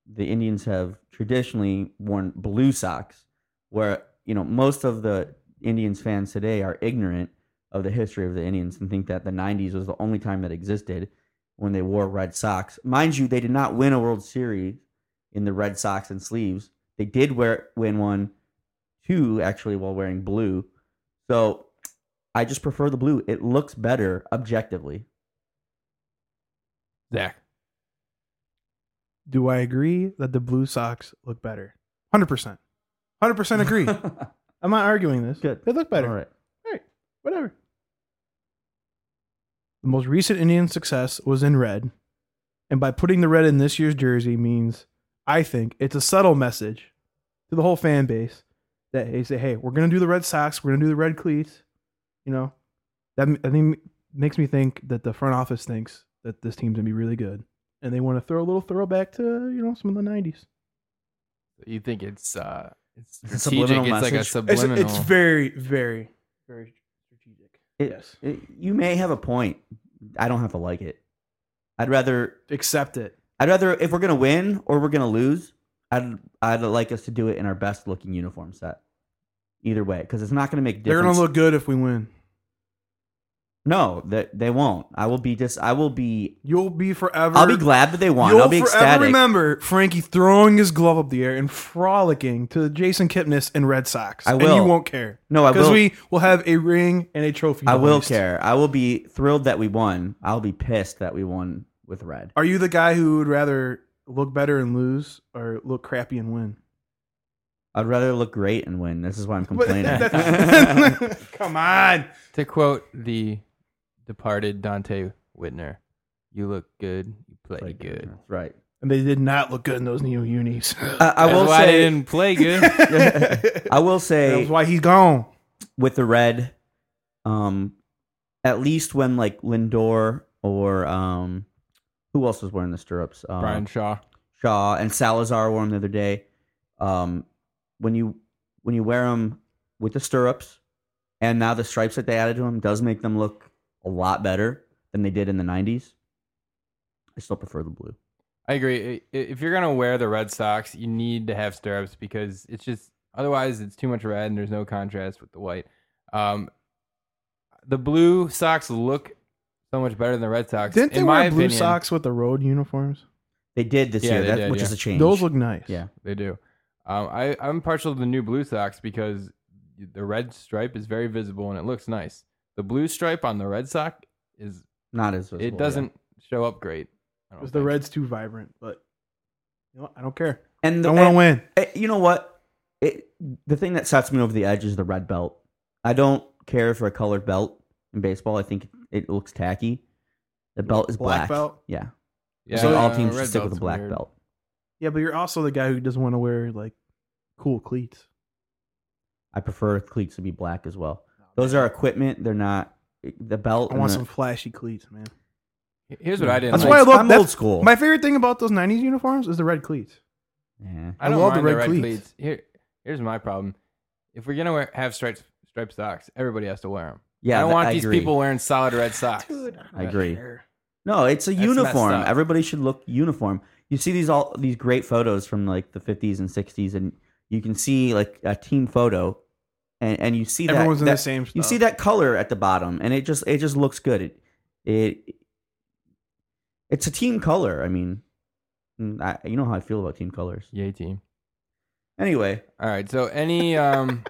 [SPEAKER 3] the Indians have traditionally worn blue socks. Where you know most of the Indians fans today are ignorant of the history of the Indians and think that the '90s was the only time that existed when they wore red socks. Mind you, they did not win a World Series in the red socks and sleeves. They did wear win one, two actually while wearing blue. So I just prefer the blue. It looks better objectively.
[SPEAKER 1] Zach.
[SPEAKER 2] Do I agree that the Blue Sox look better? Hundred percent. Hundred percent
[SPEAKER 3] *laughs*
[SPEAKER 1] *laughs*
[SPEAKER 2] agree.
[SPEAKER 3] All
[SPEAKER 2] I'm not arguing this.
[SPEAKER 3] Good.
[SPEAKER 2] They look better.
[SPEAKER 3] right.
[SPEAKER 2] Whatever. The most recent Indian success was in red, and by putting the red in this year's jersey means I think it's a subtle message to the whole fan base that they say, "Hey, we're gonna do the red socks. We're gonna do the red cleats." You know, that I think makes me think that the front office thinks that this team's gonna be really good, and they want to throw a little throwback to you know some of the '90s.
[SPEAKER 1] You think it's uh it's strategic.
[SPEAKER 3] It's
[SPEAKER 1] It's
[SPEAKER 3] subliminal
[SPEAKER 1] like a
[SPEAKER 3] message?
[SPEAKER 2] It's,
[SPEAKER 1] subliminal.
[SPEAKER 2] it's very, very, very strategic.
[SPEAKER 3] It-
[SPEAKER 2] yes,
[SPEAKER 3] it- you may have a point. I don't have to like it. I'd rather
[SPEAKER 2] accept it.
[SPEAKER 3] I'd rather if we're gonna win or we're gonna lose, I'd I'd like us to do it in our best looking uniform set. Either way, because it's not gonna make difference.
[SPEAKER 2] They're gonna look good if we win.
[SPEAKER 3] no, that they won't. I will be just I will be
[SPEAKER 2] You'll be forever.
[SPEAKER 3] I'll be glad that they won.
[SPEAKER 2] You'll
[SPEAKER 3] I'll be
[SPEAKER 2] forever
[SPEAKER 3] ecstatic.
[SPEAKER 2] remember Frankie throwing his glove up the air and frolicking to Jason Kipnis in Red Sox.
[SPEAKER 3] I
[SPEAKER 2] And you
[SPEAKER 3] will.
[SPEAKER 2] won't care
[SPEAKER 3] no, I
[SPEAKER 2] because
[SPEAKER 3] will.
[SPEAKER 2] we will have a ring and a trophy.
[SPEAKER 3] I
[SPEAKER 2] at
[SPEAKER 3] will
[SPEAKER 2] least.
[SPEAKER 3] care. I will be thrilled that we won. I'll be pissed that we won with red.
[SPEAKER 2] Are you the guy who would rather look better and lose or look crappy and win?
[SPEAKER 3] I'd rather look great and win. This is why I'm
[SPEAKER 2] But- *laughs*
[SPEAKER 3] complaining. *laughs*
[SPEAKER 2] that's- Come on.
[SPEAKER 1] to quote the departed Dante Whitner, you look good, you play
[SPEAKER 3] Like,
[SPEAKER 1] good.
[SPEAKER 3] That's right.
[SPEAKER 2] And they did not look good in those neo unis.
[SPEAKER 3] I, I
[SPEAKER 1] That's
[SPEAKER 3] will
[SPEAKER 1] why they
[SPEAKER 3] say.
[SPEAKER 1] didn't play
[SPEAKER 2] *laughs*
[SPEAKER 3] *laughs*
[SPEAKER 1] good. Uh-huh.
[SPEAKER 2] That's
[SPEAKER 3] I will say.
[SPEAKER 2] why he's gone.
[SPEAKER 3] with the red. Um, at least when like Lindor or um, who else was wearing the stirrups? Um,
[SPEAKER 1] Brian Shaw.
[SPEAKER 3] Shaw and Salazar wore them the other day. Um, when you when you wear them with the stirrups, and now the stripes that they added to them does make them look a lot better than they did in the '90s. I still prefer the blue.
[SPEAKER 1] I agree. I- i- If you're gonna wear the red socks, you need to have stirrups because it's just otherwise it's too much red and there's no contrast with the white. Um, the blue socks look so much better than the red socks.
[SPEAKER 2] Didn't
[SPEAKER 1] in
[SPEAKER 2] they
[SPEAKER 1] my
[SPEAKER 2] wear blue
[SPEAKER 1] opinion,
[SPEAKER 2] socks with the road uniforms?
[SPEAKER 3] They did this
[SPEAKER 1] Yeah,
[SPEAKER 3] year,
[SPEAKER 1] they
[SPEAKER 3] that,
[SPEAKER 1] did,
[SPEAKER 3] which
[SPEAKER 1] yeah.
[SPEAKER 3] is a change.
[SPEAKER 2] Those look nice.
[SPEAKER 3] yeah.
[SPEAKER 1] They do. Um, I, I'm partial to the new blue socks because the red stripe is very visible and it looks nice. The blue stripe on the red sock is
[SPEAKER 3] Not as visible,
[SPEAKER 1] it doesn't show up great. I
[SPEAKER 3] Oh,
[SPEAKER 1] don't
[SPEAKER 2] Because the
[SPEAKER 1] think.
[SPEAKER 2] red's too vibrant, but you know, what? I don't care.
[SPEAKER 3] yeah. and the,
[SPEAKER 2] I want to win.
[SPEAKER 3] Eh, you know what? It, the thing that sets me over the edge is the red belt. I don't care for a colored belt in baseball. I think it looks tacky. The belt is
[SPEAKER 2] Black
[SPEAKER 3] black.
[SPEAKER 2] belt?
[SPEAKER 3] Yeah.
[SPEAKER 1] Yeah,
[SPEAKER 3] so all
[SPEAKER 1] uh,
[SPEAKER 3] teams
[SPEAKER 1] red
[SPEAKER 3] should stick with a
[SPEAKER 1] belt's
[SPEAKER 3] black
[SPEAKER 1] weird.
[SPEAKER 3] belt.
[SPEAKER 2] Yeah, but you're also the guy who doesn't want to wear like cool cleats.
[SPEAKER 3] I I prefer cleats to be black as well. Those are equipment. They're not eh, the belt.
[SPEAKER 2] I
[SPEAKER 3] and
[SPEAKER 2] want
[SPEAKER 3] the-
[SPEAKER 2] some flashy cleats, man.
[SPEAKER 1] Here's what I didn't.
[SPEAKER 2] That's
[SPEAKER 1] like.
[SPEAKER 2] why I love-
[SPEAKER 3] I'm
[SPEAKER 2] that's-
[SPEAKER 3] old school.
[SPEAKER 2] My favorite thing about those '90s uniforms is the red cleats.
[SPEAKER 3] yeah.
[SPEAKER 1] I
[SPEAKER 2] I
[SPEAKER 1] don't
[SPEAKER 2] love the
[SPEAKER 1] mind the
[SPEAKER 2] red
[SPEAKER 1] red,
[SPEAKER 2] cleats.
[SPEAKER 1] cleats. Here, here's my problem. If we're gonna wear, have striped striped socks, everybody has to wear them.
[SPEAKER 3] yeah,
[SPEAKER 1] I don't
[SPEAKER 3] th-
[SPEAKER 1] want these
[SPEAKER 3] agree.
[SPEAKER 1] people wearing solid red socks.
[SPEAKER 3] I agree.
[SPEAKER 2] care.
[SPEAKER 3] No, it's a
[SPEAKER 1] That's messed
[SPEAKER 3] uniform.
[SPEAKER 1] up.
[SPEAKER 3] Everybody should look uniform. You see these all these great photos from like the 50s and 60s, and you can see like a team photo, and, and you see that-
[SPEAKER 2] Everyone's in
[SPEAKER 3] that
[SPEAKER 2] the same. Stuff.
[SPEAKER 3] you see that color at the bottom and it just it just looks good it it it's a team color i mean mm, I, you know how i feel about team colors
[SPEAKER 1] Yay team.
[SPEAKER 3] anyway
[SPEAKER 1] All right. So any um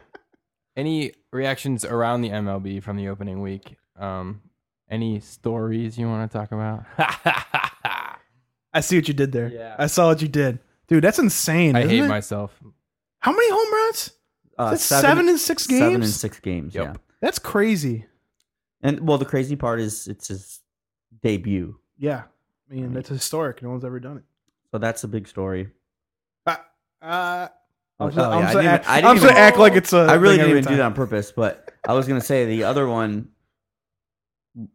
[SPEAKER 1] any reactions around the MLB from the opening week? Um, any stories you want to talk about?
[SPEAKER 2] I see what you did there.
[SPEAKER 1] Yeah.
[SPEAKER 2] I saw what you did, dude. That's insane.
[SPEAKER 1] I
[SPEAKER 2] isn't
[SPEAKER 1] hate
[SPEAKER 2] it?
[SPEAKER 1] myself.
[SPEAKER 2] How many home runs?
[SPEAKER 3] uh,
[SPEAKER 2] That's seven, and six games.
[SPEAKER 3] seven and six games
[SPEAKER 1] Yep.
[SPEAKER 3] yeah
[SPEAKER 2] That's crazy.
[SPEAKER 3] and well the crazy part is it's his debut
[SPEAKER 2] Yeah, I mean that's historic. No one's ever done it.
[SPEAKER 3] so that's a big story
[SPEAKER 2] Uh,
[SPEAKER 3] Oh,
[SPEAKER 2] I'm
[SPEAKER 3] oh, yeah, I
[SPEAKER 2] gonna
[SPEAKER 3] didn't
[SPEAKER 2] act,
[SPEAKER 3] even- I didn't
[SPEAKER 2] I'm so
[SPEAKER 3] even-
[SPEAKER 2] act like it's a.
[SPEAKER 3] i really
[SPEAKER 2] thing
[SPEAKER 3] didn't
[SPEAKER 2] every
[SPEAKER 3] even do that
[SPEAKER 2] time.
[SPEAKER 3] on purpose but i was gonna say the other one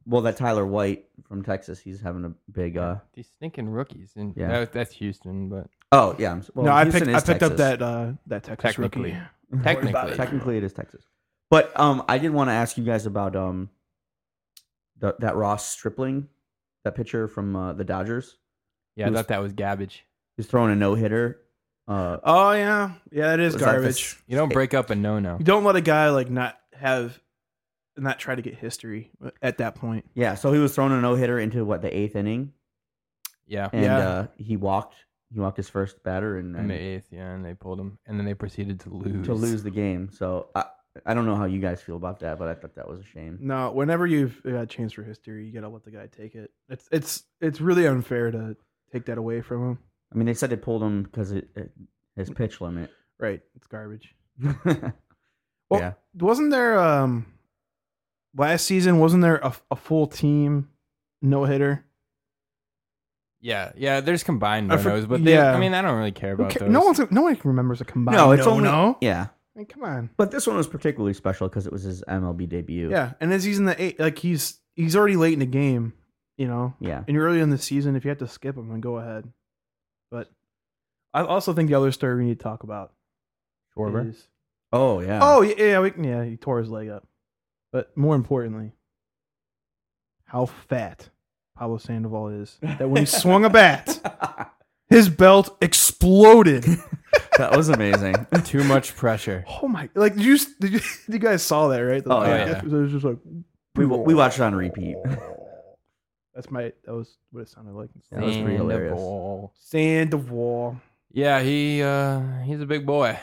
[SPEAKER 3] well that tyler white from texas he's having a big uh
[SPEAKER 1] These stinking rookies, and
[SPEAKER 3] Yeah.
[SPEAKER 1] that- that's Houston, but
[SPEAKER 3] oh yeah I'm- well,
[SPEAKER 2] no, I
[SPEAKER 3] Houston
[SPEAKER 2] picked. I
[SPEAKER 3] is
[SPEAKER 2] picked up
[SPEAKER 3] Texas.
[SPEAKER 2] that uh, that Texas
[SPEAKER 1] Technically.
[SPEAKER 2] rookie.
[SPEAKER 1] technically,
[SPEAKER 3] Technically, it is Texas. But um, I did want to ask you guys about um, the, that Ross Stripling, that pitcher from uh, the Dodgers,
[SPEAKER 1] yeah, I thought that was garbage.
[SPEAKER 3] who's throwing a no hitter. Uh,
[SPEAKER 2] Oh yeah, yeah, that is
[SPEAKER 3] was that the
[SPEAKER 2] garbage.
[SPEAKER 1] You don't break up a no no.
[SPEAKER 2] You don't let a guy like not have, not try to get history at that point.
[SPEAKER 3] yeah, so he was throwing a no hitter into what the eighth inning,
[SPEAKER 1] Yeah,
[SPEAKER 3] and
[SPEAKER 2] Yeah.
[SPEAKER 3] uh, he walked. He walked his first batter and,
[SPEAKER 1] in the
[SPEAKER 3] and
[SPEAKER 1] eighth, yeah, and they pulled him, and then they proceeded to lose.
[SPEAKER 3] to lose the game. So I, I don't know how you guys feel about that, but I thought that was a shame.
[SPEAKER 2] No, whenever you've got a chance for history, you gotta let the guy take it. It's it's it's really unfair to take that away from him.
[SPEAKER 3] I mean, they said they pulled him because it, it, his pitch limit.
[SPEAKER 2] Right, it's garbage. Well,
[SPEAKER 3] *laughs* yeah,
[SPEAKER 2] Wasn't there um last season? Wasn't there a, a full team no hitter?
[SPEAKER 1] Yeah, yeah. There's combined
[SPEAKER 2] I
[SPEAKER 1] no
[SPEAKER 2] for-
[SPEAKER 1] nos, but they,
[SPEAKER 2] yeah.
[SPEAKER 1] I mean, I don't really care about those.
[SPEAKER 2] No one's no one remembers a combined.
[SPEAKER 3] No, it's
[SPEAKER 2] no,
[SPEAKER 3] only-
[SPEAKER 2] no.
[SPEAKER 3] yeah.
[SPEAKER 2] I mean, come on.
[SPEAKER 3] But this one was particularly special because it was his MLB debut.
[SPEAKER 2] Yeah, and as he's in the eight, like he's he's already late in the game, you know.
[SPEAKER 3] Yeah.
[SPEAKER 2] And you're early in the season, if you have to skip him, then go ahead. But I also think the other story we need to talk about
[SPEAKER 1] Schwarber?
[SPEAKER 2] is
[SPEAKER 3] Oh yeah.
[SPEAKER 2] oh yeah, yeah, we, yeah, he tore his leg up. But more importantly, how fat Pablo Sandoval is that
[SPEAKER 3] *laughs*
[SPEAKER 2] when he swung a
[SPEAKER 1] Oh.
[SPEAKER 2] bat, his belt
[SPEAKER 3] *laughs*
[SPEAKER 2] exploded.
[SPEAKER 3] that
[SPEAKER 1] *laughs*
[SPEAKER 3] was amazing.
[SPEAKER 1] too much
[SPEAKER 2] *laughs*
[SPEAKER 1] pressure.
[SPEAKER 2] Oh my! Like did you, did you, *laughs* you guys saw that right?
[SPEAKER 3] Oh,
[SPEAKER 1] yeah.
[SPEAKER 2] It was just like
[SPEAKER 3] we
[SPEAKER 2] *laughs*
[SPEAKER 3] wa- we watched it on repeat. *laughs*
[SPEAKER 2] that's my that was what it sounded like.
[SPEAKER 3] Yeah, that was pretty hilarious.
[SPEAKER 1] Sandoval.
[SPEAKER 2] Sandoval.
[SPEAKER 1] Yeah, he uh, he's a big boy.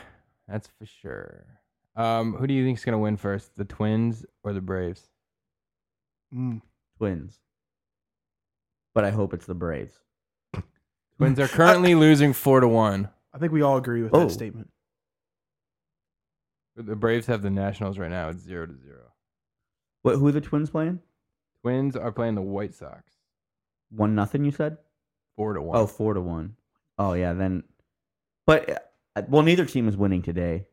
[SPEAKER 1] That's for sure. Um, who do you think's gonna win first, the Twins or the Braves?
[SPEAKER 2] Mm.
[SPEAKER 3] Twins. But I hope it's the Braves.
[SPEAKER 1] Twins are
[SPEAKER 3] *laughs*
[SPEAKER 1] currently losing four to one.
[SPEAKER 2] I think we all agree with
[SPEAKER 3] Oh.
[SPEAKER 2] that statement.
[SPEAKER 1] The Braves have the Nationals right now. It's zero to zero.
[SPEAKER 3] What? Who are the Twins playing?
[SPEAKER 1] Twins are playing the White Sox
[SPEAKER 3] One nothing. You said.
[SPEAKER 1] four to one.
[SPEAKER 3] Oh, four to one. Oh yeah. Then, but uh, well, neither team is winning today.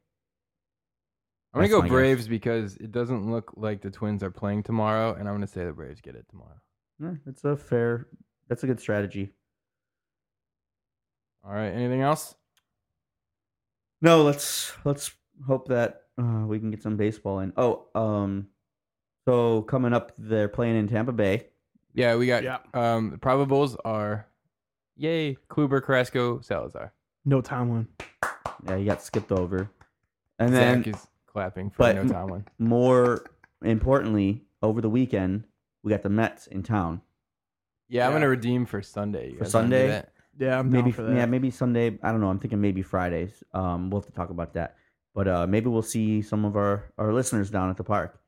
[SPEAKER 1] I'm gonna
[SPEAKER 3] That's
[SPEAKER 1] go
[SPEAKER 3] my guess.
[SPEAKER 1] Braves because it doesn't look like the Twins are playing tomorrow, and I'm gonna say the Braves get it tomorrow.
[SPEAKER 3] Yeah, that's a fair. That's a good strategy.
[SPEAKER 1] All right. Anything else?
[SPEAKER 3] No, let's let's hope that uh, we can get some baseball in. Oh, um, so coming up, they're playing in Tampa Bay.
[SPEAKER 1] Yeah, we got.
[SPEAKER 2] Yeah.
[SPEAKER 1] Um, the probables are, yay, Kluber, Carrasco, Salazar.
[SPEAKER 2] No Tomlin.
[SPEAKER 3] Yeah, he got skipped over. And then
[SPEAKER 1] Zach is clapping for
[SPEAKER 3] but-
[SPEAKER 1] no Tomlin.
[SPEAKER 3] more importantly, over the weekend, we got the Mets in town.
[SPEAKER 1] Yeah, I'm
[SPEAKER 2] Yeah.
[SPEAKER 1] gonna redeem for Sunday. You
[SPEAKER 3] For
[SPEAKER 1] guys wanna do
[SPEAKER 3] Sunday?
[SPEAKER 1] that?
[SPEAKER 2] Yeah, I'm
[SPEAKER 3] maybe
[SPEAKER 2] down for that.
[SPEAKER 3] yeah, maybe Sunday. I don't know. I'm thinking maybe Fridays. Um, we'll have to talk about that. But uh, maybe we'll see some of our, our listeners down at the park.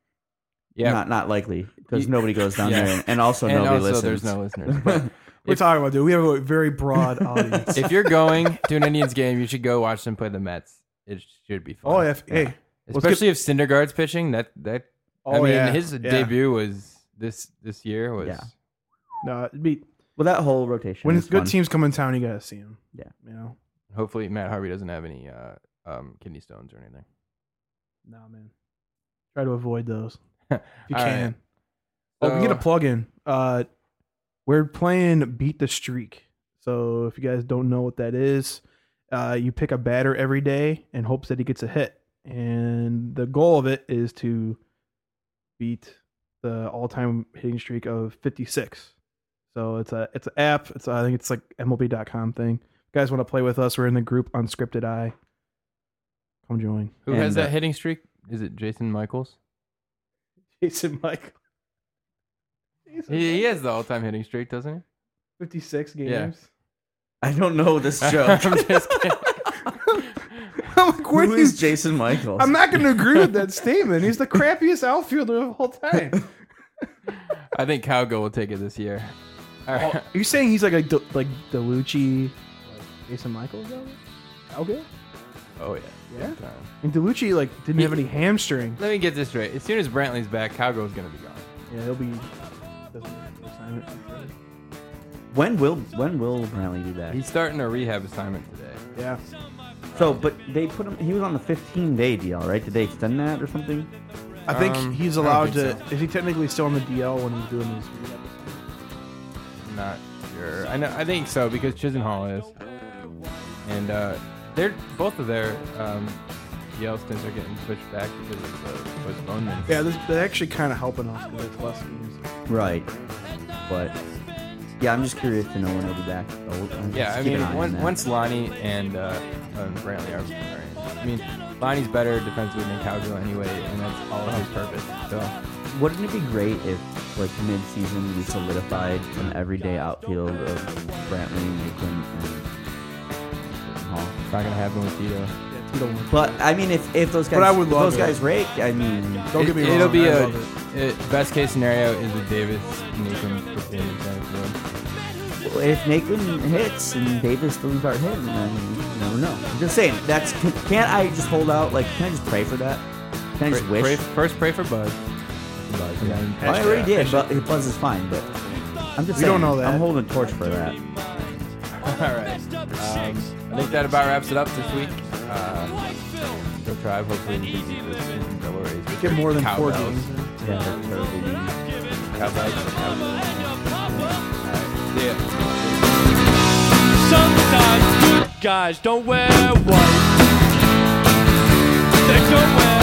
[SPEAKER 1] Yeah.
[SPEAKER 3] Not not likely because
[SPEAKER 1] You-
[SPEAKER 3] nobody goes down
[SPEAKER 1] Yeah.
[SPEAKER 3] there, and, and also
[SPEAKER 1] and
[SPEAKER 3] nobody
[SPEAKER 1] also,
[SPEAKER 3] listens.
[SPEAKER 1] there's no listeners. But
[SPEAKER 2] We're
[SPEAKER 1] if-
[SPEAKER 2] talking about dude. We have a very
[SPEAKER 3] *laughs*
[SPEAKER 2] broad audience.
[SPEAKER 1] if you're going to an Indians game, you should go watch them play the Mets. It should be fun.
[SPEAKER 2] oh, if, hey, let's get-
[SPEAKER 1] especially if Syndergaard's pitching. That that.
[SPEAKER 2] oh
[SPEAKER 1] I mean,
[SPEAKER 2] yeah,
[SPEAKER 1] his
[SPEAKER 2] yeah.
[SPEAKER 1] debut was this this year was.
[SPEAKER 3] Yeah.
[SPEAKER 2] No, it'd be,
[SPEAKER 3] well, that whole rotation.
[SPEAKER 2] when
[SPEAKER 3] is
[SPEAKER 2] it's good
[SPEAKER 3] fun.
[SPEAKER 2] teams come in town, you gotta see him.
[SPEAKER 3] Yeah.
[SPEAKER 2] you know.
[SPEAKER 1] Hopefully, Matt Harvey doesn't have any uh, um, kidney stones or anything.
[SPEAKER 2] Nah, man. Try to
[SPEAKER 1] *laughs*
[SPEAKER 2] avoid those if you
[SPEAKER 1] All right.
[SPEAKER 2] can. Oh, we can get a
[SPEAKER 1] So-
[SPEAKER 2] plug in. Uh, we're playing Beat the Streak. So if you guys don't know what that is, uh, you pick a batter every day in hopes that he gets a hit. And the goal of it is to beat the all-time hitting streak of 56. So it's a it's an app. It's I think it's like MLB.com thing. If you guys want to play with us? We're in the group Unscripted Eye. Come join.
[SPEAKER 1] Who has
[SPEAKER 3] And,
[SPEAKER 1] that
[SPEAKER 3] uh,
[SPEAKER 1] hitting streak? Is it Jason Michaels?
[SPEAKER 2] Jason Michael. Jason
[SPEAKER 1] He, he has the all-time hitting streak, doesn't he?
[SPEAKER 2] 56 games.
[SPEAKER 1] Yeah.
[SPEAKER 3] I don't know this
[SPEAKER 1] *laughs*
[SPEAKER 3] joke.
[SPEAKER 1] I'm
[SPEAKER 3] *laughs*
[SPEAKER 1] just kidding.
[SPEAKER 2] *laughs* I'm like, where
[SPEAKER 3] Who is
[SPEAKER 2] is
[SPEAKER 3] Jason Michaels?
[SPEAKER 2] I'm not going to agree with that statement. *laughs* He's the crappiest outfielder of all time.
[SPEAKER 1] I think Cowgo will take it this year.
[SPEAKER 2] Oh.
[SPEAKER 1] *laughs* All right.
[SPEAKER 2] *laughs* Are you saying he's like a D- like DeLucci, like Jason Michaels? though? Okay.
[SPEAKER 1] Oh yeah.
[SPEAKER 2] Yeah.
[SPEAKER 1] Time.
[SPEAKER 2] And DeLucci like didn't have any hamstring.
[SPEAKER 1] Let me get this straight. As soon as Brantley's back, Cowgo's gonna be gone.
[SPEAKER 2] Yeah, he'll be. doesn't make an assignment.
[SPEAKER 3] when will when will Brantley be back?
[SPEAKER 1] He's starting a rehab assignment today.
[SPEAKER 2] Yeah.
[SPEAKER 3] So, but they put him. He was on the 15 day deal, right? Did they extend that or something?
[SPEAKER 2] I think
[SPEAKER 1] Um,
[SPEAKER 2] he's
[SPEAKER 1] I don't
[SPEAKER 2] allowed to.
[SPEAKER 1] think
[SPEAKER 2] Is he technically still on the DL when he's doing his? rehab?
[SPEAKER 1] I'm not sure. I know. I think so because Chisenhall is, and uh, they're both of their um, yell stints are getting pushed back because of the postponement.
[SPEAKER 2] Yeah, this, they're actually kind of helping us because it's less games.
[SPEAKER 3] Right. But yeah, I'm just curious to know when they'll be back. So we'll- I'll
[SPEAKER 1] Yeah,
[SPEAKER 3] just
[SPEAKER 1] I
[SPEAKER 3] keep an
[SPEAKER 1] mean,
[SPEAKER 3] eye on
[SPEAKER 1] once,
[SPEAKER 3] that.
[SPEAKER 1] once Lonnie and, uh, and Brantley are, are in- I mean, Lonnie's better defensively than Cowgill anyway, and that's all of his purpose. So,
[SPEAKER 3] Wouldn't it be great if, like, mid season we solidified an everyday outfield of Brantley, Macon, and Hall?
[SPEAKER 1] it's not going to happen with Tito.
[SPEAKER 2] Yeah, we don't want-
[SPEAKER 3] But I mean, if, if those guys,
[SPEAKER 2] But I would
[SPEAKER 3] if
[SPEAKER 2] love
[SPEAKER 3] those
[SPEAKER 2] it.
[SPEAKER 3] guys raked, I mean,
[SPEAKER 2] Don't get me wrong.
[SPEAKER 1] It'll be
[SPEAKER 2] I
[SPEAKER 1] a
[SPEAKER 2] love it.
[SPEAKER 1] it- best case scenario is a Davis Newcomb Virginia Tennessee.
[SPEAKER 3] if Macon hits and Davis doesn't start hitting, then you never know. I'm just saying. That's can't I just hold out? Like, can I just pray for that? Can I just
[SPEAKER 1] Pray-
[SPEAKER 3] wish?
[SPEAKER 1] pray- first, pray for Buzz.
[SPEAKER 3] Buzz,
[SPEAKER 1] Yeah.
[SPEAKER 3] yeah. Well, I already did, but Buzz is fine. But I'm just
[SPEAKER 2] We
[SPEAKER 3] saying,
[SPEAKER 2] don't know that.
[SPEAKER 3] I'm holding torch for that.
[SPEAKER 1] All right. Um, I think that about wraps it up this week. Uh, go Tribe, hopefully we can beat this in double A's.
[SPEAKER 2] Get more than four
[SPEAKER 1] Cowbells.
[SPEAKER 2] games. in.
[SPEAKER 3] Yeah, that's terrible.
[SPEAKER 1] Cowbells. All right. See ya.
[SPEAKER 4] Sometimes good guys don't wear white. They don't wear